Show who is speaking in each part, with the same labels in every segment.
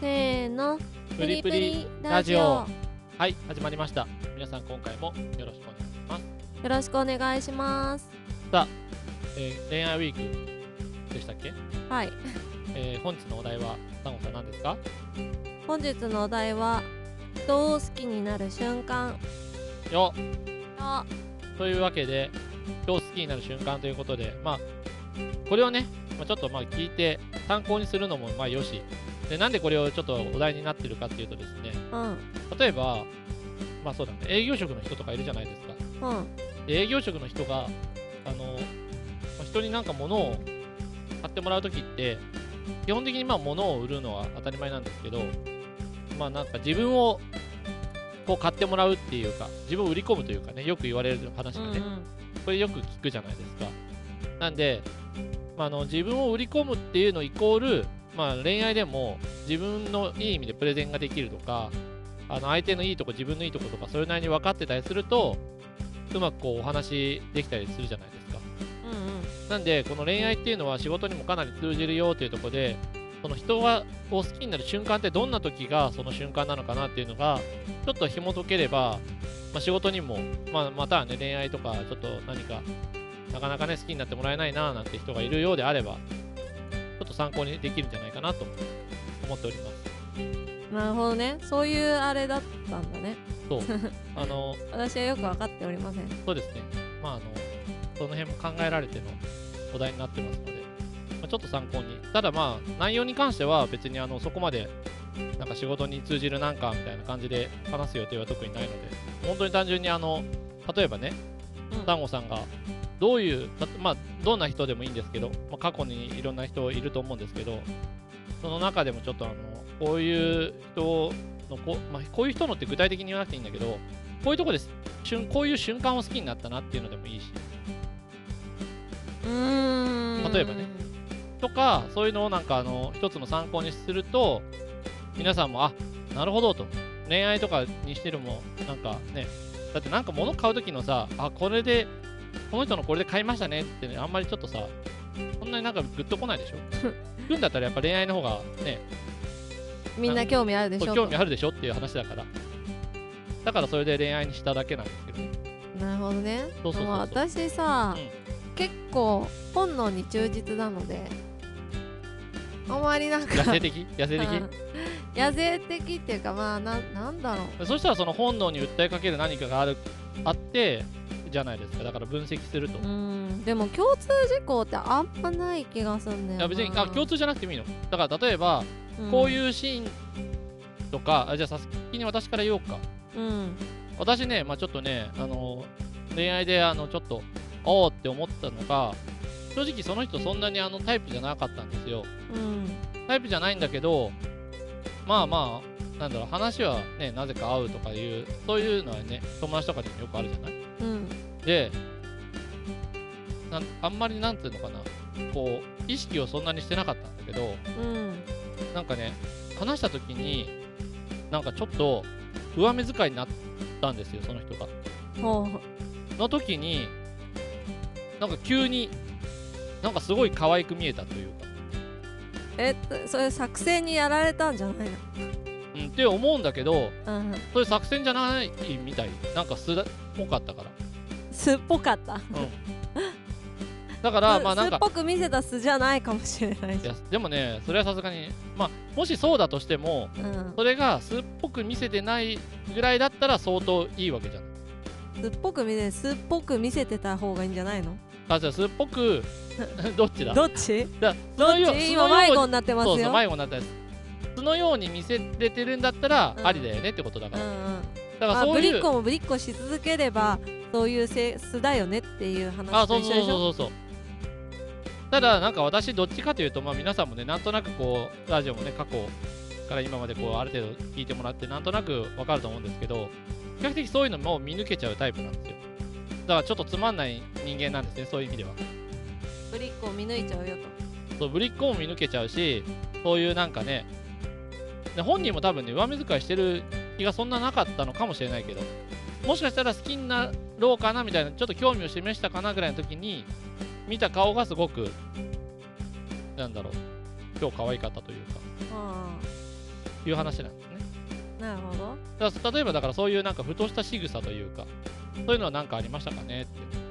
Speaker 1: せーの
Speaker 2: プリプリラジオはい始まりました皆さん今回もよろしくお願いします
Speaker 1: よろしくお願いします
Speaker 2: えー恋愛ウィークでしたっけ、
Speaker 1: はい
Speaker 2: えー本日のお題はサンゴさん何ですか
Speaker 1: 本日のお題は人を好きになる瞬間
Speaker 2: よ
Speaker 1: あ
Speaker 2: というわけで今日好きになる瞬間ということでまあこれをね、まあ、ちょっとまあ聞いて参考にするのもまあよしでなんでこれをちょっとお題になってるかっていうとですね
Speaker 1: うんうん
Speaker 2: 例えばまあそうだね営業職の人とかいるじゃないですかで営業職の人があのまあ人になんか物を買ってもらう時って基本的にまあ物を売るのは当たり前なんですけどまあなんか自分をこう買ってもらうっていうか自分を売り込むというかねよく言われる話
Speaker 1: う
Speaker 2: が
Speaker 1: ん
Speaker 2: ね、
Speaker 1: うん
Speaker 2: これよく聞くじゃないですかなんで、まあ、あの自分を売り込むっていうのイコール、まあ、恋愛でも自分のいい意味でプレゼンができるとかあの相手のいいとこ自分のいいとことかそれなりに分かってたりするとうまくこうお話できたりするじゃないですかなんでこの恋愛っていうのは仕事にもかなり通じるよというところでその人がを好きになる瞬間ってどんな時がその瞬間なのかなっていうのがちょっと紐解ければ、まあ、仕事にも、まあ、またはね恋愛とかちょっと何かなかなかね好きになってもらえないななんて人がいるようであればちょっと参考にできるんじゃないかなと思っております
Speaker 1: うんなるほどねそういうあれだったんだね
Speaker 2: そうあの
Speaker 1: 私はよく分かっておりません
Speaker 2: そうですねまああのその辺も考えられてのお題になってますので、まあ、ちょっと参考にただまあ内容に関しては別にあのそこまでなんか仕事に通じるなんかみたいな感じで話す予定は特にないので本当に単純にあの例えばね
Speaker 1: うん
Speaker 2: 丹後さんがどういうだまあどんな人でもいいんですけど、まあ、過去にいろんな人いると思うんですけどその中でもちょっとあのこういう人のこ,、まあ、こういう人のって具体的に言わなくていいんだけどこういうとこです瞬こういう瞬間を好きになったなっていうのでもいいし
Speaker 1: うーん
Speaker 2: 例えばねとかそういうのをなんかあの一つの参考にすると皆さんもあなるほどと恋愛とかにしてるもなんかねだってなんか物買う時のさあこれでこの人のこれで買いましたねって、ね、あんまりちょっとさそんなになんかグッとこない でしょくんだったらやっぱ恋愛の方がね
Speaker 1: みんな興味あるでしょ
Speaker 2: 興味あるでしょっていう話だからだからそれで恋愛にしただけなんですけど ね
Speaker 1: なるほどね
Speaker 2: そうそうそうそう
Speaker 1: あの私さ、結構本能に忠実なのであまりなんか
Speaker 2: 野生的野生
Speaker 1: うん
Speaker 2: 的
Speaker 1: 野生的っていうかまあななんだろう
Speaker 2: そしたらその本能に訴えかける何かがあるあってじゃないですかだから分析すると、
Speaker 1: う
Speaker 2: い
Speaker 1: んでも共通事項ってあんまない気がすんだよな
Speaker 2: や別にあ共通じゃなくてもいいのだから例えばこう
Speaker 1: う
Speaker 2: いうシーンとか、あじゃあさ先に私から言おうか
Speaker 1: ん、うん
Speaker 2: 私ね、まあ、ちょっとねあの恋愛であのちょっとおおって思ったのが正直その人そんなにあのタイプじゃなかったんですよ
Speaker 1: うん
Speaker 2: タイプじゃないんだけどまあまあなんだろう話はねなぜか合うとかいうそういうのはね友達とかでもよくあるじゃない
Speaker 1: うん
Speaker 2: でなんあんまりなんていうのかなこう意識をそんなにしてなかったんだけど
Speaker 1: うん
Speaker 2: なんかね話した時になんかちょっと上目遣いになったんですよその人が
Speaker 1: ほうほ
Speaker 2: の時になんか急になんかすごい可愛く見えたというか、
Speaker 1: えそれ作戦にやられたんじゃない
Speaker 2: うん、って思うんだけど
Speaker 1: のうん
Speaker 2: そういう作戦じゃないみたいなんか素っぽかったから
Speaker 1: 素っぽかった
Speaker 2: だからまあ
Speaker 1: 素素
Speaker 2: なん
Speaker 1: っ
Speaker 2: か
Speaker 1: ぽく見せた素じゃないかもしれない
Speaker 2: い
Speaker 1: し
Speaker 2: やでもねそれはさすがにまあもしそうだとしても
Speaker 1: うん
Speaker 2: それが素っぽく見せてないぐらいだったら相当いいわけじゃん。
Speaker 1: 素っぽく見せ素っぽく見せてた方がいいんじゃないの
Speaker 2: あ、じゃあ素っぽく、 どっちだ
Speaker 1: どっち
Speaker 2: だどっ
Speaker 1: 今迷子になってますよ
Speaker 2: そうそう、迷子になったやつ。そのように見せれてるんだったら
Speaker 1: うん
Speaker 2: ありだよねってことだか
Speaker 1: う
Speaker 2: ら。
Speaker 1: んうん
Speaker 2: だから
Speaker 1: あ
Speaker 2: そ
Speaker 1: ぶ
Speaker 2: う
Speaker 1: り
Speaker 2: い
Speaker 1: っ
Speaker 2: う。
Speaker 1: 子もぶりっ子し続ければそういう性質だよねっていう
Speaker 2: あ、
Speaker 1: 話と
Speaker 2: そう
Speaker 1: 一
Speaker 2: そ
Speaker 1: 緒
Speaker 2: う
Speaker 1: で
Speaker 2: そう
Speaker 1: しょ
Speaker 2: そうそう。ただ、なんか私、どっちかというと、まあ皆さんもね、なんとなくこう、ラジオもね、過去から今までこう、ある程度聞いてもらって、なんとなくわかると思うんですけど、比較的そういうのも見抜けちゃうタイプなんですよ。だからちょっとつまんない人間なんですね、そういう意味では。
Speaker 1: ぶりっ子を見抜いちゃうよ
Speaker 2: そうぶりっ子も見抜けちゃうしそういうなんかねで本人も多分ね上目遣いしてる気がそんななかったのかもしれないけどもしかしたら好きになろうかなみたいなちょっと興味を示したかなぐらいの時に見た顔がすごくなんだろう今日可愛かったというか
Speaker 1: と、は
Speaker 2: いう話なんですね。
Speaker 1: なるほど
Speaker 2: だから例えばだからそういうなんかふとした仕草というかそういうのは何かありましたかねって思っ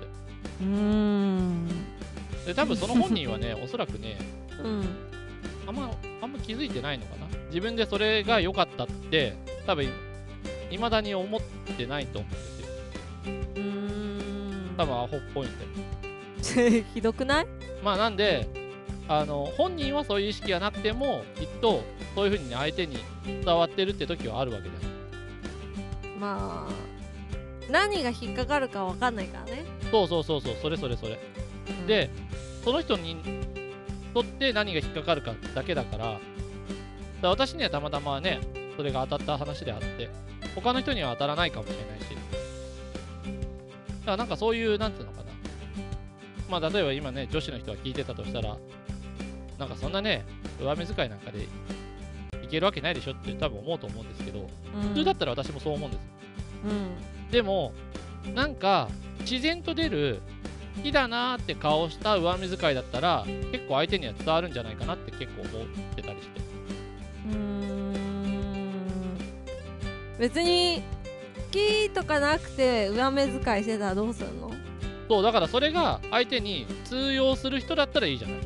Speaker 1: うーん
Speaker 2: てで多分その本人はねおそらくね
Speaker 1: うん
Speaker 2: あんまあんま気づいてないのかな自分でそれが良かったって多分いまだに思ってないと思うんですよ
Speaker 1: うーん
Speaker 2: 多分アホっぽいんで
Speaker 1: ひどくない
Speaker 2: まあなんであの本人はそういう意識がなくてもきっとそういうふうにね相手に伝わってるって時はあるわけじゃん
Speaker 1: まあ何が引っかかるかわかんないからね
Speaker 2: そうそうそうそうそれそれそれ
Speaker 1: うん
Speaker 2: でその人にとって何が引っかかるかだけだからだから私にはたまたまねそれが当たった話であって他の人には当たらないかもしれないしだからなんかそういうなんていうのかなまあ例えば今ね女子の人が聞いてたとしたらなんかそんなね上目遣いなんかでいけるわけないでしょって多分思うと思うんですけど
Speaker 1: うん
Speaker 2: 普通だったら私もそう思うんですよ
Speaker 1: うん
Speaker 2: でもなんか自然と出る好きだなーって顔した上目遣いだったら結構相手には伝わるんじゃないかなって結構思ってたりして
Speaker 1: うーん別に好きとかなくて上目遣いしてたらどうするの
Speaker 2: そうだからそれが相手に通用する人だったらいいじゃない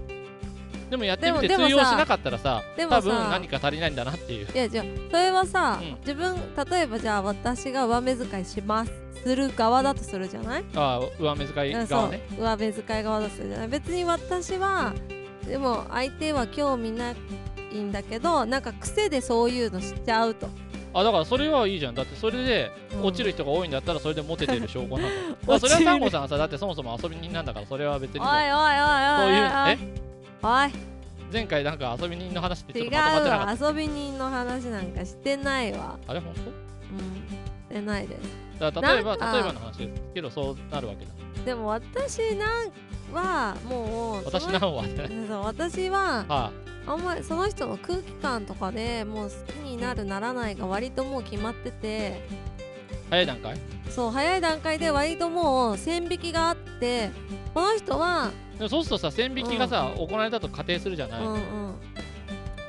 Speaker 2: でもやってみて
Speaker 1: で
Speaker 2: 通
Speaker 1: もでも
Speaker 2: 用
Speaker 1: さ
Speaker 2: しなかったらさ
Speaker 1: でもさ
Speaker 2: 多分何か足りないんだなっていう
Speaker 1: いやじゃあそれはさ、
Speaker 2: うん
Speaker 1: 自分例えばじゃあ私が上目遣いしますする側だとするじゃない、
Speaker 2: あー上目遣
Speaker 1: うん
Speaker 2: い
Speaker 1: そ
Speaker 2: 側
Speaker 1: う
Speaker 2: ね
Speaker 1: 上目遣い側だとするじゃない別に私はでも相手は興味ないんだけどなんか癖でそういうのしちゃうと
Speaker 2: あだからそれはいいじゃんだってそれで
Speaker 1: うん
Speaker 2: 落ちる人が多いんだったらそれでモテてる証 拠なのだから
Speaker 1: 落
Speaker 2: そ
Speaker 1: ち
Speaker 2: れ
Speaker 1: る
Speaker 2: はサンゴさんはさだってそもそも遊び人なんだからそれは別
Speaker 1: おいおい
Speaker 2: にも
Speaker 1: お
Speaker 2: う
Speaker 1: いおい
Speaker 2: そういう
Speaker 1: お
Speaker 2: え
Speaker 1: いおい
Speaker 2: 前回なんか遊び人の話ってちょっ
Speaker 1: 違う
Speaker 2: とまとまってなかった
Speaker 1: わ遊び人の話なんかしてないわ
Speaker 2: あれ本当
Speaker 1: うんしてないです
Speaker 2: だから例えば
Speaker 1: なんか
Speaker 2: 例えばの話ですけどそうなるわけだ
Speaker 1: でも私なんはもうその
Speaker 2: 私なんは
Speaker 1: そう私は
Speaker 2: あ
Speaker 1: あんまりその人の空気感とかでもう好きになるならないが割ともう決まってて
Speaker 2: 早い段階
Speaker 1: そう早い段階で割ともう線引きがあってこの人は、
Speaker 2: でもそうするとさ線引きがさ、行われたと仮定するじゃない、
Speaker 1: う
Speaker 2: そうんす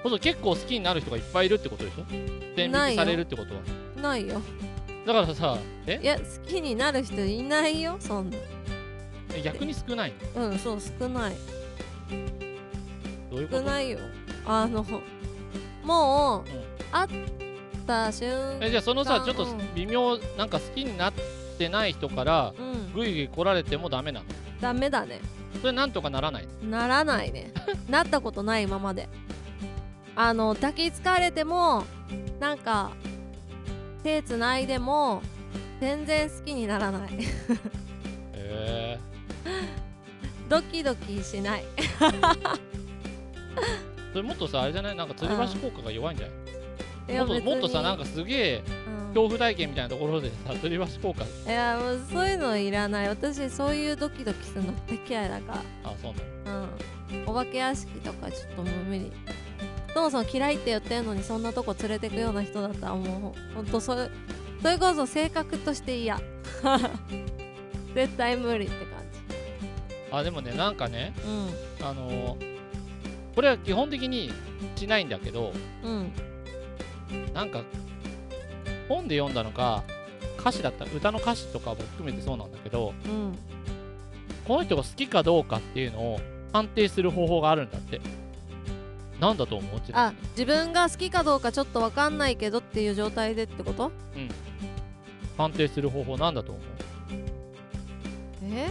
Speaker 2: ると結構好きになる人がいっぱいいるってことでしょ線引
Speaker 1: ない
Speaker 2: き
Speaker 1: よ
Speaker 2: されるってことは
Speaker 1: うんないよ
Speaker 2: だからさえ
Speaker 1: いや好きになる人いないよそんな
Speaker 2: 逆に少ない
Speaker 1: うんそう少ない
Speaker 2: どういうこ
Speaker 1: 少
Speaker 2: と
Speaker 1: ないよあのもう、
Speaker 2: うん
Speaker 1: 会った瞬
Speaker 2: えじゃあその
Speaker 1: う
Speaker 2: さ
Speaker 1: ん
Speaker 2: ちょっと微妙なんか好きになってない人から
Speaker 1: うん
Speaker 2: ぐいぐい来られてもダメなの
Speaker 1: ダメだね
Speaker 2: それなんとかならない
Speaker 1: ならない ねなったことないままであの抱きつかれてもなんか手つないでも全然好きにならない
Speaker 2: へえ
Speaker 1: ドキドキしない
Speaker 2: それもっとさあれじゃないなんか吊り橋効果が弱いんじゃない
Speaker 1: いや
Speaker 2: もっと
Speaker 1: 別に
Speaker 2: もっとさなんかすげえ
Speaker 1: うん
Speaker 2: 恐怖体験みたいなところでさ吊り橋効果
Speaker 1: いやもうそういうのいらない私そういうドキドキするの大嫌いだか
Speaker 2: あそうなの
Speaker 1: らうんお化け屋敷とかちょっともう無理そもそも嫌いって言ってんのにそんなとこ連れてくような人だったらもうほんとそれそれこそ性格として嫌 絶対無理って感じ
Speaker 2: あでもねなんかね
Speaker 1: う
Speaker 2: あのーこれは基本的にしないんだけど
Speaker 1: んうん
Speaker 2: なんか本で読んだのか歌詞だった歌の歌詞とかも含めてそうなんだけど
Speaker 1: うん
Speaker 2: この人が好きかどうかっていうのを判定する方法があるんだってなんだと思うちな
Speaker 1: あ自分が好きかどうかちょっとわかんないけどっていう状態でってこと
Speaker 2: 判定する方法なんだと思う
Speaker 1: え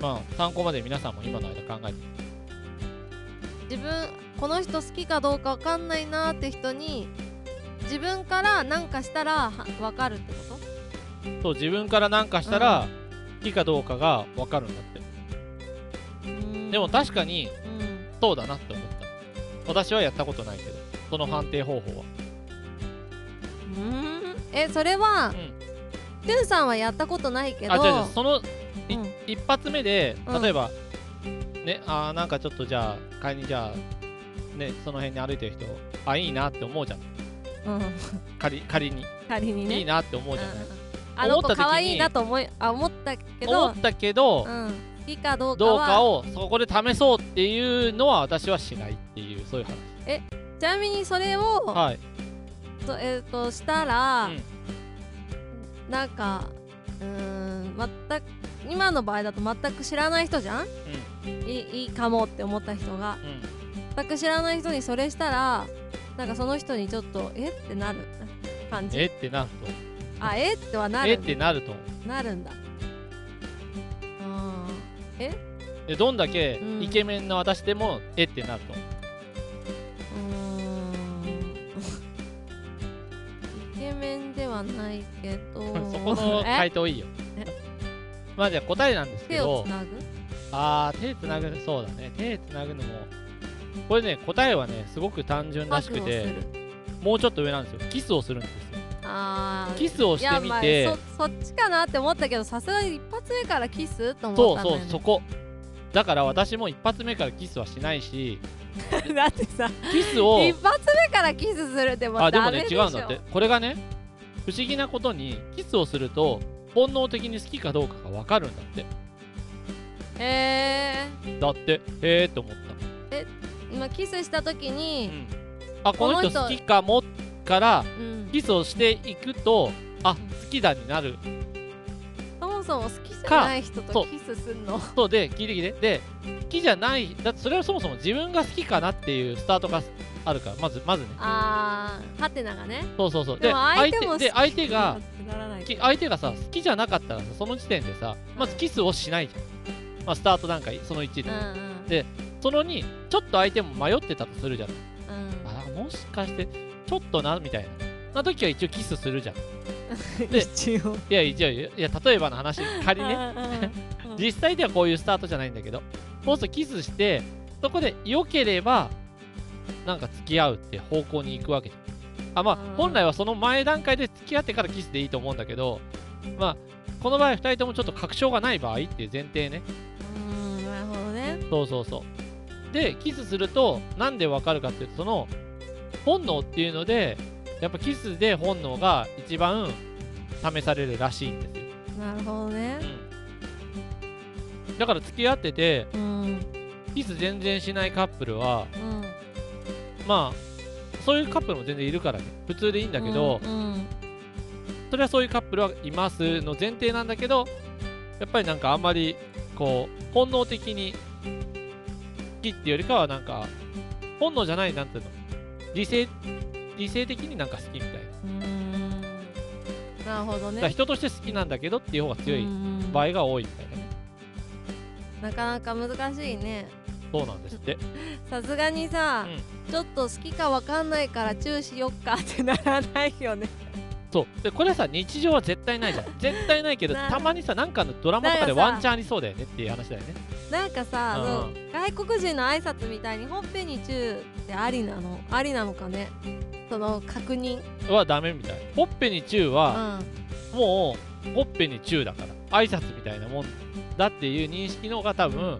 Speaker 2: まあ参考まで皆さんも今の間考えて
Speaker 1: 自分この人好きかどうかわかんないなーって人に自分からなんかしたらはわかるってこ
Speaker 2: そう自分からなんかしたら好きかどうかが分かるんだって
Speaker 1: と
Speaker 2: でも確かに
Speaker 1: うん
Speaker 2: そうだなって思った私はやったことないけどその判定方法は
Speaker 1: うんえそれは
Speaker 2: うん
Speaker 1: ジュンさんはやったことないけど
Speaker 2: あ違う違うそのい
Speaker 1: うん
Speaker 2: 一発目で
Speaker 1: うん
Speaker 2: 例えば、ねあーなんかちょっとじゃあ買いにじゃあねその辺に歩いてる人あいいなって思うじゃん
Speaker 1: うん
Speaker 2: 仮仮に、
Speaker 1: 仮にね
Speaker 2: いいなって思うじゃない、
Speaker 1: うんあの
Speaker 2: 思
Speaker 1: 子
Speaker 2: った時に
Speaker 1: 可愛いなと思いあ思ったけ
Speaker 2: 思
Speaker 1: ど
Speaker 2: ったけど、
Speaker 1: うん好きかどうか
Speaker 2: どう
Speaker 1: は
Speaker 2: かをそこで試そうっていうのは私はしないっていうそういう話
Speaker 1: ちなみにそれを、
Speaker 2: はい。
Speaker 1: とえっ、としたら、
Speaker 2: うん
Speaker 1: なんかうーん全く今の場合だと全く知らない人じゃんいいいいかもって思った人が
Speaker 2: うんうん。
Speaker 1: 全く知らない人にそれしたらなんかその人にちょっとえってなる感
Speaker 2: え
Speaker 1: じ
Speaker 2: ってなると。
Speaker 1: あえってはな
Speaker 2: え
Speaker 1: る
Speaker 2: ってなると思う。
Speaker 1: なるんだあ
Speaker 2: でどんだけ
Speaker 1: うん
Speaker 2: イケメンの私でもえってなると思う。
Speaker 1: ーうーんイケメンではないけど
Speaker 2: そこの
Speaker 1: え
Speaker 2: 回答いいよ
Speaker 1: え。
Speaker 2: まあじゃあ答えなんですけ
Speaker 1: 手を
Speaker 2: ど
Speaker 1: つ、なぐ
Speaker 2: あー、手つなぐ、そうだね、手つなぐのも、これね、答えはね、すごく単純らしく
Speaker 1: ハグをす
Speaker 2: て、
Speaker 1: る
Speaker 2: もうちょっと上なんですよ、キスをするんですよ。
Speaker 1: あー
Speaker 2: キスをしてみ
Speaker 1: い
Speaker 2: て、
Speaker 1: やまあそそっちかなって思ったけどさすがに一発目からキスと思
Speaker 2: そ
Speaker 1: っ
Speaker 2: う
Speaker 1: たんだ
Speaker 2: そ
Speaker 1: よ、
Speaker 2: う
Speaker 1: ね、、
Speaker 2: そこ。だから私も一発目からキスはしないし、
Speaker 1: う だってさ
Speaker 2: キスを、
Speaker 1: 一発目からキスするってもう
Speaker 2: あ、で
Speaker 1: ダ
Speaker 2: も
Speaker 1: メ
Speaker 2: ね、
Speaker 1: でし
Speaker 2: 違
Speaker 1: ょ
Speaker 2: うんだって。これがね、不思議なことに、キスをすると、本能的に好きかどうかがわかるんだって。
Speaker 1: へー
Speaker 2: だって、へーって思った。
Speaker 1: 今キスした時に、
Speaker 2: あこの人
Speaker 1: この
Speaker 2: 好
Speaker 1: 人
Speaker 2: きかもから
Speaker 1: うん
Speaker 2: キスをしていくとあ好きだになる
Speaker 1: そもそも好きじゃない人とキスすんの
Speaker 2: そうで聞いてきてで好きじゃないだってそれはそもそも自分が好きかなっていうスタートがあるからまずまずね
Speaker 1: あーハテナがね
Speaker 2: そうそうそう
Speaker 1: でも相手も好き
Speaker 2: で相手が
Speaker 1: ならない
Speaker 2: き相手がさ好きじゃなかったらさその時点でさまずキスをしないじゃん、まあ、スタート段階その1
Speaker 1: う
Speaker 2: で、
Speaker 1: ん
Speaker 2: でその2ちょっと相手も迷ってたとするじゃん
Speaker 1: うんうん
Speaker 2: あもしかしてちょっとなみたいなな時は一応キスするじゃんで
Speaker 1: 一応
Speaker 2: いや、一応、いや、例えばの話、仮にね、
Speaker 1: うんうん
Speaker 2: 実際ではこういうスタートじゃないんだけど、もうすぐキスして、そこで良ければ、なんか付き合うって方向に行くわけじゃんあ、まあ
Speaker 1: うん、
Speaker 2: 本来はその前段階で付き合ってからキスでいいと思うんだけど、まあ、この場合、2人ともちょっと確証がない場合っていう前提ね。
Speaker 1: うんなるほどね
Speaker 2: そうそうそう。で、キスすると、なんでわかるかっていうと、その、本能っていうので、やっぱキスで本能が一番試されるらしいんですよ。
Speaker 1: なるほどね
Speaker 2: うんだから付き合ってて
Speaker 1: うんうん
Speaker 2: キス全然しないカップルはまあそういうカップルも全然いるからね普通でいいんだけど、
Speaker 1: うんうん
Speaker 2: それはそういうカップルはいますの前提なんだけどやっぱりなんかあんまりこう本能的に好きっていうよりかはなんか本能じゃないなんていうの理性理性的になんか好きみたいなだか
Speaker 1: うーんなるほど
Speaker 2: ら
Speaker 1: ね。
Speaker 2: 人として好きなんだけどっていう方が強
Speaker 1: う
Speaker 2: い
Speaker 1: ん
Speaker 2: 場合が多いみたいなね
Speaker 1: なかなか難しいね。
Speaker 2: そうなんですって
Speaker 1: さすがにさ、ちょっと好きかわかんないからチューしよっかってならないよね。
Speaker 2: そうでこれさ日常は絶対ないじゃん絶対ないけど
Speaker 1: ない
Speaker 2: たまにさなんかのドラマとか
Speaker 1: な
Speaker 2: で
Speaker 1: んかさ
Speaker 2: ワンチャンありそうだよねっていう話だよね
Speaker 1: なんかさ、
Speaker 2: うん
Speaker 1: そう外国人の挨拶みたいにほっぺにチューってありなのありなのかねその確認。
Speaker 2: はダメみたいほっぺにチュー
Speaker 1: うん。
Speaker 2: は
Speaker 1: あ
Speaker 2: もうほっぺにチューだから挨拶みたいなもんだっていう認識の方が多分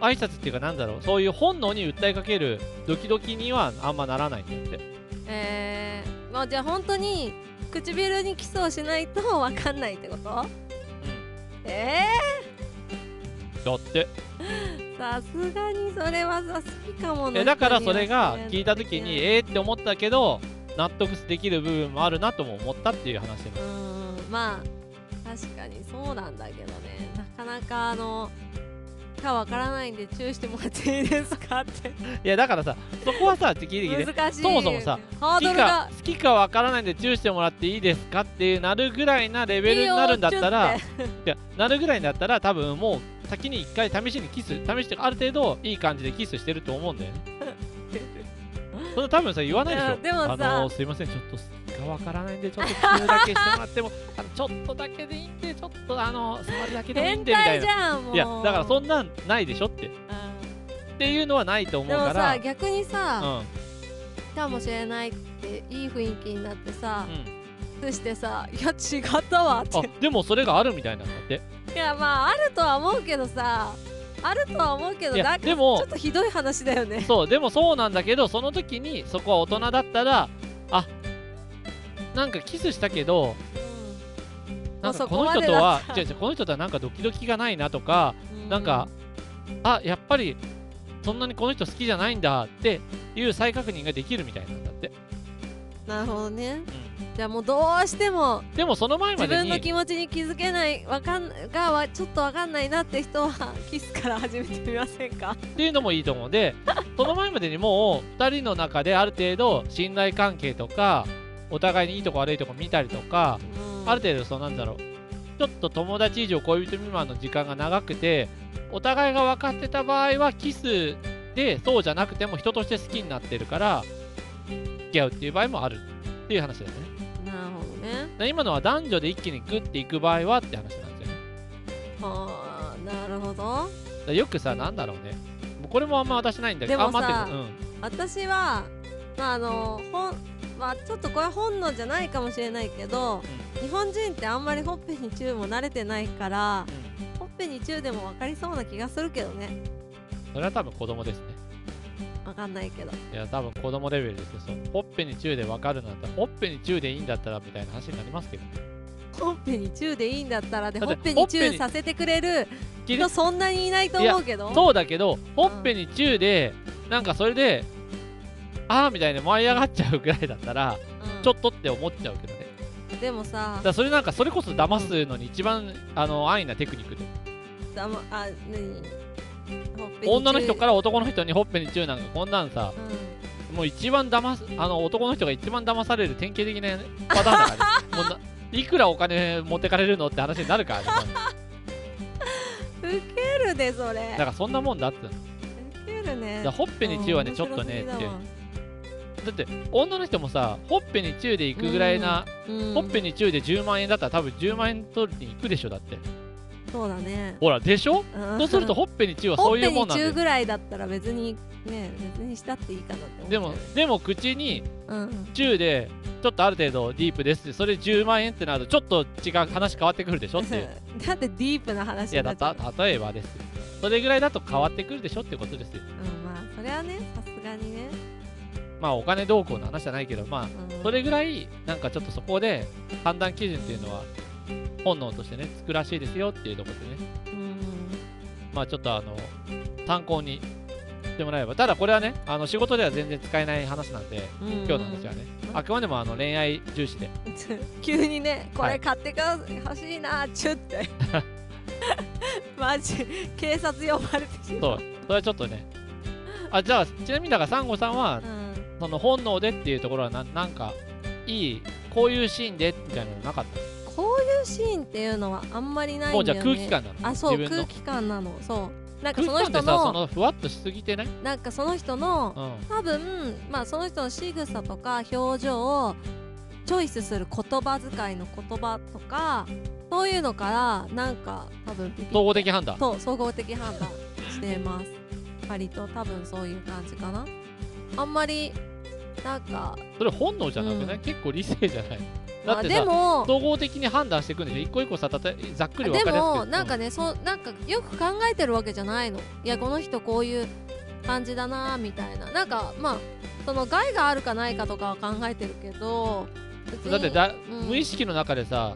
Speaker 2: 挨拶っていうかなんだろうそういう本能に訴えかけるドキドキにはあんまならないんだって
Speaker 1: えー、まあじゃあ本当に唇にキスをしないとわかんないってことえ
Speaker 2: だって
Speaker 1: ー、さすがにそれはさ好きかもの
Speaker 2: えだからそれが聞いた時
Speaker 1: 人は
Speaker 2: に
Speaker 1: ね
Speaker 2: えーって思ったけど納得できる部分もあるなとも思ったっていう話
Speaker 1: う
Speaker 2: なの
Speaker 1: ーんまあ確かにそうなんだけどねなかなかあのかわからないんで注意してもらっていいですかって
Speaker 2: いやだからさそこはさ聞いてきて
Speaker 1: 難しい
Speaker 2: そもそもさ
Speaker 1: ハード
Speaker 2: 好き
Speaker 1: ル
Speaker 2: か
Speaker 1: が
Speaker 2: 好きかわからないんでチューしてもらっていいですかっていうなるぐらいなレベルになるんだったら
Speaker 1: いい
Speaker 2: い
Speaker 1: よチュッて
Speaker 2: やなるぐらいになったら多分もう先に一回試しにキス試してある程度いい感じでキスしてると思うんだよねそんな多分さ言わないでし
Speaker 1: い
Speaker 2: ょ
Speaker 1: やでもさ
Speaker 2: あのーすいませんちょっと好きかわからないんでちょっとキスだけしてもらってもあのちょっとだけでいいんでちょっとあのー触るだけでもいいん
Speaker 1: 変
Speaker 2: でみたい
Speaker 1: 態じ
Speaker 2: な
Speaker 1: ゃんもう
Speaker 2: い
Speaker 1: い
Speaker 2: やだからそ
Speaker 1: うん
Speaker 2: なんないでしょって
Speaker 1: ん
Speaker 2: っていうのはないと思う
Speaker 1: でも
Speaker 2: から
Speaker 1: さ逆にさ、
Speaker 2: うん
Speaker 1: かもしれないっていい雰囲気になってさ
Speaker 2: うん
Speaker 1: そしてさ「いや違ったわ」って
Speaker 2: あでもそれがあるみたいなんだって
Speaker 1: いやまああるとは思うけどさあるとは思うけど
Speaker 2: いや
Speaker 1: なんか
Speaker 2: でも
Speaker 1: ちょっとひどい話だよね
Speaker 2: そうでもそうなんだけどその時にそこは大人だったらあなんかキスしたけどなんか
Speaker 1: そ
Speaker 2: こ
Speaker 1: こ
Speaker 2: の
Speaker 1: まで
Speaker 2: 人とは違う違うこの人とはなんかドキドキがないなとか、なんかあやっぱりそんなにこの人好きじゃないんだっていう再確認ができるみたいなんだって、
Speaker 1: なるほどね
Speaker 2: う
Speaker 1: じゃあもうどうしても
Speaker 2: ん、でもその前ま
Speaker 1: 自
Speaker 2: で
Speaker 1: 分の
Speaker 2: に
Speaker 1: 気持ちに気づけないわかんがわちょっとわかんないなって人はキスから始めてみませんか
Speaker 2: っていうのもいいと思う んでその前までにもう2人の中である程度信頼関係とかお互いにいいとこ悪いとこ見たりとか
Speaker 1: うん
Speaker 2: ある程度そうなんだろうちょっと友達以上恋人未満の時間が長くてお互いが分かってた場合はキスでそうじゃなくても人として好きになってるから付き合うっていう場合もあるっていう話だよね
Speaker 1: なるほどね
Speaker 2: で今のは男女で一気にグッていく場合はって話なんですよね
Speaker 1: はあなるほど
Speaker 2: だからよくさなんだろうねもうこれもあんま私ないんだけど
Speaker 1: でもさ
Speaker 2: あんまっていうか
Speaker 1: 私はまああの本まあちょっとこれは本能じゃないかもしれないけど、日本人ってあんまりほっぺにチューも慣れてないから
Speaker 2: うん、うん
Speaker 1: ほっぺにチューでも分かりそうな気がするけどね
Speaker 2: それは多分子供ですね。
Speaker 1: 分かんないけど
Speaker 2: いや、多分子供レベルですよ。そのほっぺにチューでわかるなんて、ほっぺにチューでいいんだったらみたいな話になりますけど、ね、
Speaker 1: ほっぺにチューでいいんだったらで
Speaker 2: だっ
Speaker 1: ほ
Speaker 2: て
Speaker 1: っぺにチューさせてくれる
Speaker 2: き
Speaker 1: 人そんなにいないと思うけど
Speaker 2: そうだけど、ほっぺにチューで、なんかそれで、あーみたいに舞い上がっちゃうぐらいだったら、
Speaker 1: うん
Speaker 2: ちょっとって思っちゃうけどね。
Speaker 1: でもさ
Speaker 2: だからそれなんか、それこそ騙すのに一番、あの、安易なテクニックで。
Speaker 1: だまあ何ほっぺにチュー
Speaker 2: 女の人から男の人にほっぺにチューなんか、こんなんさ、
Speaker 1: う
Speaker 2: もう一番騙す、あの、男の人が一番騙される典型的なねパターンだ からね。もうないくらお金持ってかれるのって話になるからね。
Speaker 1: んウケるでそれ
Speaker 2: だからそんなもんだってのだか
Speaker 1: ウケるね
Speaker 2: らほっぺにチューはねちょっとねっていうだって女の人もさほっぺにチューで行くぐらいな、
Speaker 1: ほ
Speaker 2: ほっぺにチューで10万円だったら多分10万円取りに行くでしょだって
Speaker 1: そうだね
Speaker 2: ほらでしょ
Speaker 1: そ
Speaker 2: そうするとほっぺにチューはそういうもん
Speaker 1: ほっぺ
Speaker 2: なん
Speaker 1: に
Speaker 2: で
Speaker 1: 中ぐらいだったら別にね別にしたっていいかなって思っち
Speaker 2: で
Speaker 1: ゃう
Speaker 2: もでも口に
Speaker 1: うん
Speaker 2: チューでちょっとある程度ディープですってそれ10万円ってなるとちょっと違う話変わってくるでしょっていう
Speaker 1: だってディープない話
Speaker 2: や
Speaker 1: にな
Speaker 2: だ
Speaker 1: っちゃう
Speaker 2: た例えばですそれぐらいだと変わってくるでしょってことですよ
Speaker 1: うんまあそれはねさすがにね
Speaker 2: まあお金動向の話じゃないけどまあ
Speaker 1: うん
Speaker 2: それぐらいなんかちょっとそこで判断基準っていうのは本能としてねつくらしいですよっていうところでね
Speaker 1: うん
Speaker 2: まあちょっとあの参考にしてもらえればただこれはねあの仕事では全然使えない話なんで
Speaker 1: うん
Speaker 2: 今日の話はねあくまでもあの恋愛重視で
Speaker 1: 急にねこ
Speaker 2: は
Speaker 1: れ
Speaker 2: い
Speaker 1: 買ってか欲しいなチュって マジ警察呼ばれてしまう
Speaker 2: そうそれはちょっとねあじゃあちなみにだからサンゴさんは
Speaker 1: うん
Speaker 2: その本能でっていうところはななんかいいこういうシーンでみたいなのなかっ
Speaker 1: こういうシーンっていうのはあんまりな
Speaker 2: た
Speaker 1: いんだよね
Speaker 2: もうじゃあ空気感なの
Speaker 1: あそう
Speaker 2: 自分
Speaker 1: 空
Speaker 2: の
Speaker 1: 気感なのそうなんか
Speaker 2: 空
Speaker 1: その
Speaker 2: 気感って
Speaker 1: 人
Speaker 2: さそ
Speaker 1: の
Speaker 2: のふわっとしすぎてない
Speaker 1: なんかその人の
Speaker 2: うん
Speaker 1: 多分まあその人の仕草とか表情をチョイスする言葉遣いの言葉とかそういうのからなんか多分ピピ
Speaker 2: 統合的判断
Speaker 1: そう総合的判断してます割と多分そういう感じかなあんまりなんか
Speaker 2: それ本能じゃなくない、結構理性じゃないだ
Speaker 1: ま
Speaker 2: っ
Speaker 1: あ
Speaker 2: て
Speaker 1: で
Speaker 2: さ
Speaker 1: も
Speaker 2: 総合的に判断していくんでしょ一個一個さたたざっくり分
Speaker 1: で
Speaker 2: かりやすく
Speaker 1: もなんかねそうなんかよく考えてるわけじゃないのいやこの人こういう感じだなみたいななんかまあその害があるかないかとかは考えてるけど別
Speaker 2: うん
Speaker 1: に
Speaker 2: だってだ、
Speaker 1: うん
Speaker 2: 無意識の中でさ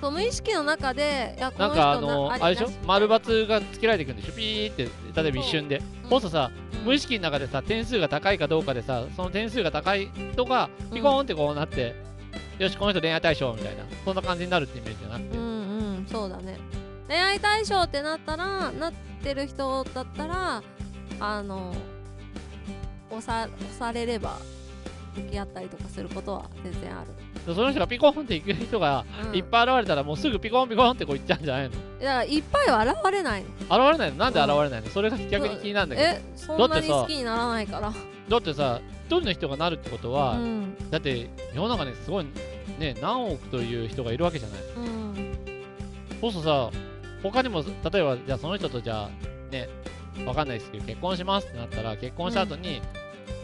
Speaker 1: そう無意識の中でいやこ
Speaker 2: な
Speaker 1: の
Speaker 2: ん
Speaker 1: 人
Speaker 2: かあの
Speaker 1: な
Speaker 2: あれでしょ
Speaker 1: な
Speaker 2: 丸×がつけられていくんでしょピーって例えば一瞬で
Speaker 1: うん
Speaker 2: こそさ
Speaker 1: うん
Speaker 2: 無意識の中でさ点数が高いかどうかでさその点数が高い人がピコーンってこうなって、よしこの人恋愛対象みたいなそんな感じになるってイメージじゃなくて、
Speaker 1: うんうんそうだね恋愛対象ってなったらなってる人だったらあの押さ押されれば付き合ったりとかすることは全然ある、
Speaker 2: その人がピコーンっていく人が
Speaker 1: うん
Speaker 2: いっぱい現れたらもうすぐピコーンピコーンってこういっちゃうんじゃないの
Speaker 1: だからいっぱいは現れないの
Speaker 2: 現れないのなんで現れないの、それが逆に気になるんだけど
Speaker 1: えそん
Speaker 2: だっ
Speaker 1: な
Speaker 2: て
Speaker 1: に
Speaker 2: さ
Speaker 1: 好きにならないから
Speaker 2: だってさ一人の人がなるってこと
Speaker 1: う
Speaker 2: は、
Speaker 1: ん
Speaker 2: だって世の中にすごいね何億という人がいるわけじゃない
Speaker 1: うん
Speaker 2: こそさ他にも例えばじゃあその人とじゃあねわかんないですけど結婚しますってなったら結婚した後に、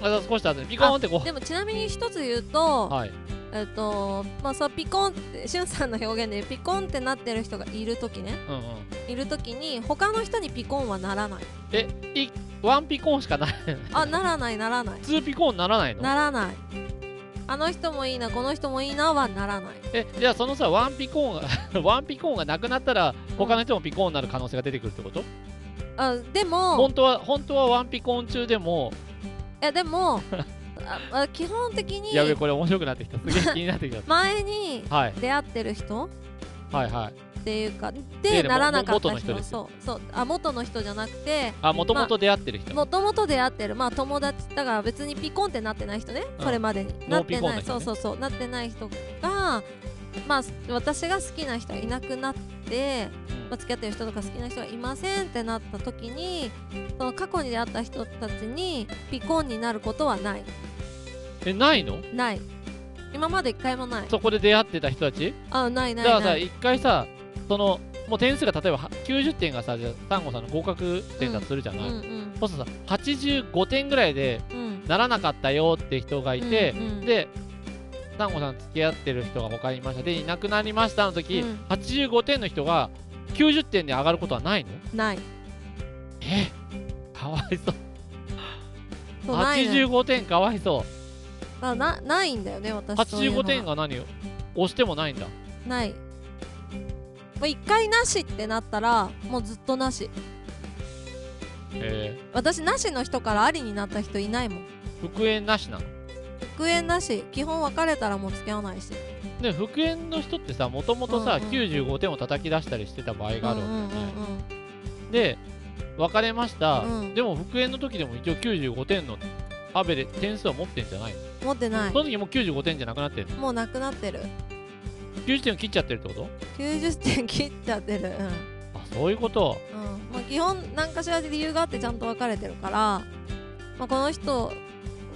Speaker 2: また少した後にピコーンってこ
Speaker 1: でもちなみに一つ言うと、
Speaker 2: うはい
Speaker 1: えっとまあそうピコンってしゅんさんの表現でピコンってなってる人がいる時ね
Speaker 2: うんうん
Speaker 1: いる時に他の人にピコンはならない
Speaker 2: ワンピコーンしかない
Speaker 1: あならないならない
Speaker 2: ツーピコーンならないの
Speaker 1: ならないあの人もいいなこの人もいいなはならない
Speaker 2: えじゃあそのさ ワンピコーンがワンピコーンがなくなったら他の人もピコーンになる可能性が出てくるってこと
Speaker 1: あでも
Speaker 2: 本当は本当はワンピコン中でも
Speaker 1: いやで もああ基本的に
Speaker 2: やべこれ面白くなってきたすげえ気になってき
Speaker 1: 前に
Speaker 2: た、はい、
Speaker 1: 出会ってる人
Speaker 2: はいはい
Speaker 1: っていうか
Speaker 2: や
Speaker 1: で
Speaker 2: でも
Speaker 1: ならなかっ
Speaker 2: 元
Speaker 1: た
Speaker 2: の人
Speaker 1: 人
Speaker 2: です
Speaker 1: そうそうあ元の人じゃなくて
Speaker 2: あもともと出会ってる人、
Speaker 1: もともと出会ってるまあ友達だから別にピコンってなってない人ね、
Speaker 2: うん
Speaker 1: それまでにな
Speaker 2: ノ
Speaker 1: っ
Speaker 2: ーピ
Speaker 1: て
Speaker 2: コン
Speaker 1: ない、
Speaker 2: な人
Speaker 1: そ
Speaker 2: ね
Speaker 1: うそうそうなってない人がまあ私が好きな人がいなくなって、
Speaker 2: うん
Speaker 1: まあ、付き合ってる人とか好きな人がいませんってなった時にその過去に出会った人たちにピコンになることはない
Speaker 2: えないの
Speaker 1: ない今まで一回もない
Speaker 2: そこで出会ってた人たち
Speaker 1: あないな
Speaker 2: だ
Speaker 1: い
Speaker 2: から
Speaker 1: な
Speaker 2: さ
Speaker 1: い
Speaker 2: 一回さそのもう点数が例えばは90点がさじゃあ丹後さんの合格点だとするじゃ
Speaker 1: うん
Speaker 2: ない、
Speaker 1: うん
Speaker 2: そうするとさ85点ぐらいで
Speaker 1: うん
Speaker 2: ならなかったよって人がいて
Speaker 1: う、んうん
Speaker 2: で丹後さん付き合ってる人が他にいましたでいなくなりましたの時、
Speaker 1: うん
Speaker 2: 85点の人が90点で上がることはないの
Speaker 1: ない
Speaker 2: えかわいそう
Speaker 1: そうないのよ
Speaker 2: 85点かわいそ
Speaker 1: あなないんだよね
Speaker 2: う
Speaker 1: 私そういうの
Speaker 2: 85
Speaker 1: が
Speaker 2: 点が何よ押してもないんだ
Speaker 1: ないもう一回なしってなったらもうずっとなし
Speaker 2: え
Speaker 1: 私なしの人からありになった人いないもん
Speaker 2: ー、復縁なしなの
Speaker 1: 復縁なし基本別れたらもう付き合わないし
Speaker 2: で復縁の人ってさもともとさ、
Speaker 1: うんうん
Speaker 2: 95点を叩き出したりしてた場合があるわけ
Speaker 1: う
Speaker 2: よ
Speaker 1: んうんうん
Speaker 2: ね、で別れました、
Speaker 1: うん
Speaker 2: でも復縁の時でも一応95点のアベレ点数は持ってんじゃないの、
Speaker 1: うん持ってない
Speaker 2: その時もう95点じゃなくなってる
Speaker 1: もうなくなってる
Speaker 2: 90点を切っちゃってるってこと
Speaker 1: 90点切っちゃってる
Speaker 2: あそういうこと
Speaker 1: うん、うんまあ、基本何かしらで理由があってちゃんと別れてるから、まあ、この人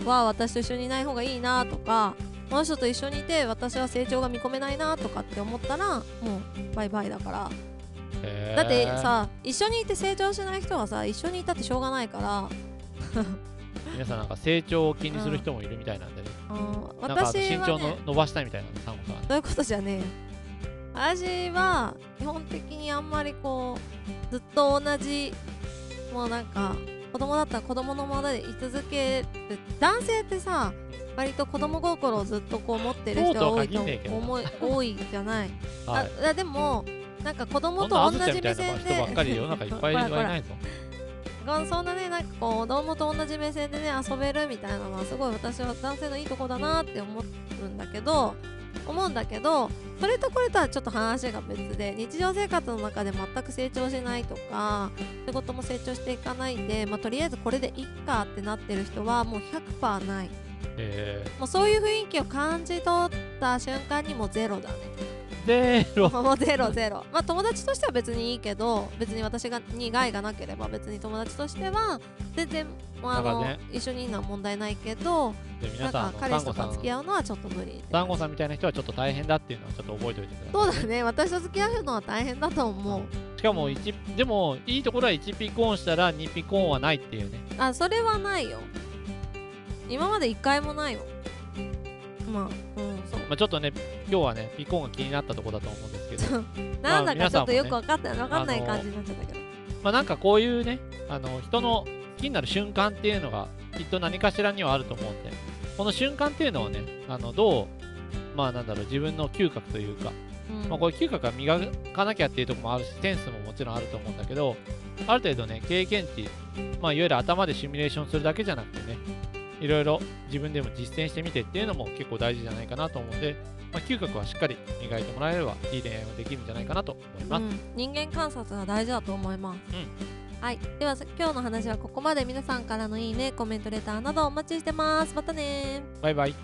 Speaker 1: は私と一緒にいない方がいいなとかこの人と一緒にいて私は成長が見込めないなとかって思ったらもうバイバイだから
Speaker 2: へー
Speaker 1: だってさ一緒にいて成長しない人はさ一緒にいたってしょうがないから
Speaker 2: 皆さんなんか成長を気にする人もいるみたいなんでね、
Speaker 1: うん
Speaker 2: なんかあの
Speaker 1: 私
Speaker 2: 身
Speaker 1: は
Speaker 2: 長の
Speaker 1: ね
Speaker 2: 伸ばしたいみたいなのサンゴさん
Speaker 1: そういうことじゃねえよ私は基本的にあんまりこうずっと同じもうなんか子供だったら子供のままで居続ける男性ってさ割と子供心をずっとこう持ってる人が多いと
Speaker 2: そうとは限んねえけどな
Speaker 1: 思い多いじゃない、
Speaker 2: はい
Speaker 1: あいやでもなんか子
Speaker 2: こ
Speaker 1: 供
Speaker 2: ん
Speaker 1: と
Speaker 2: な
Speaker 1: 同
Speaker 2: あずちゃん
Speaker 1: じ
Speaker 2: み
Speaker 1: 目
Speaker 2: たい
Speaker 1: 線
Speaker 2: な人
Speaker 1: で
Speaker 2: ばっかり世の中いっぱいいる
Speaker 1: ほ らほら
Speaker 2: ないぞ
Speaker 1: がそんなねなんかこう子供と同じ目線でね遊べるみたいなのはすごい私は男性のいいとこだなって思うんだけど思うんだけどそれとこれとはちょっと話が別で日常生活の中で全く成長しないとか仕事も成長していかないで、まあ、とりあえずこれでいっかってなってる人はもう100%ない
Speaker 2: え
Speaker 1: もうそういう雰囲気を感じ取った瞬間にもうゼロだね
Speaker 2: ー、ゼ ロ
Speaker 1: もうゼロゼロまあ友達としては別にいいけど別に私がに害がなければ別に友達としては全然、まあ、あ
Speaker 2: なん
Speaker 1: の、
Speaker 2: かね
Speaker 1: 一緒にいるのは問題ないけど
Speaker 2: で
Speaker 1: な
Speaker 2: 皆
Speaker 1: ん
Speaker 2: さんあ
Speaker 1: か
Speaker 2: の
Speaker 1: 彼
Speaker 2: サン
Speaker 1: 氏
Speaker 2: ゴ
Speaker 1: と
Speaker 2: さ
Speaker 1: か
Speaker 2: ん
Speaker 1: 付き合うのはちょっと無理
Speaker 2: サンゴさんみたいな人はちょっと大変だっていうのはちょっと覚えておいてください
Speaker 1: そうだね私と付き合うのは大変だと思う
Speaker 2: しかも1でもいいところは1ピコーンしたら2ピコーンはないっていうね
Speaker 1: あそれはないよ今まで一回もないよまあうんそう
Speaker 2: まあ、ちょっとね今日はねピコーンが気になったところだと思うんですけどまあ
Speaker 1: なんだかちょっとよく分かってない分かんない
Speaker 2: あの
Speaker 1: 感じになっちゃったけど
Speaker 2: まあなんかこういうねあの人の気になる瞬間っていうのがきっと何かしらにはあると思うんでこの瞬間っていうのをねあのどうまあなんだろう自分の嗅覚というか、
Speaker 1: うん
Speaker 2: まあ、これ嗅覚は磨かなきゃっていうところもあるしセンスももちろんあると思うんだけどある程度ね経験値まあいわゆる頭でシミュレーションするだけじゃなくてねいろいろ自分でも実践してみてっていうのも結構大事じゃないかなと思うんで、まあ、嗅覚はしっかり磨いてもらえればいい恋愛もできるんじゃないかなと思います。
Speaker 1: うん、人間観察が大事だと思います、はいでは今日の話はここまで皆さんからのいいねコメントレターなどお待ちしてますまたね
Speaker 2: バイバイ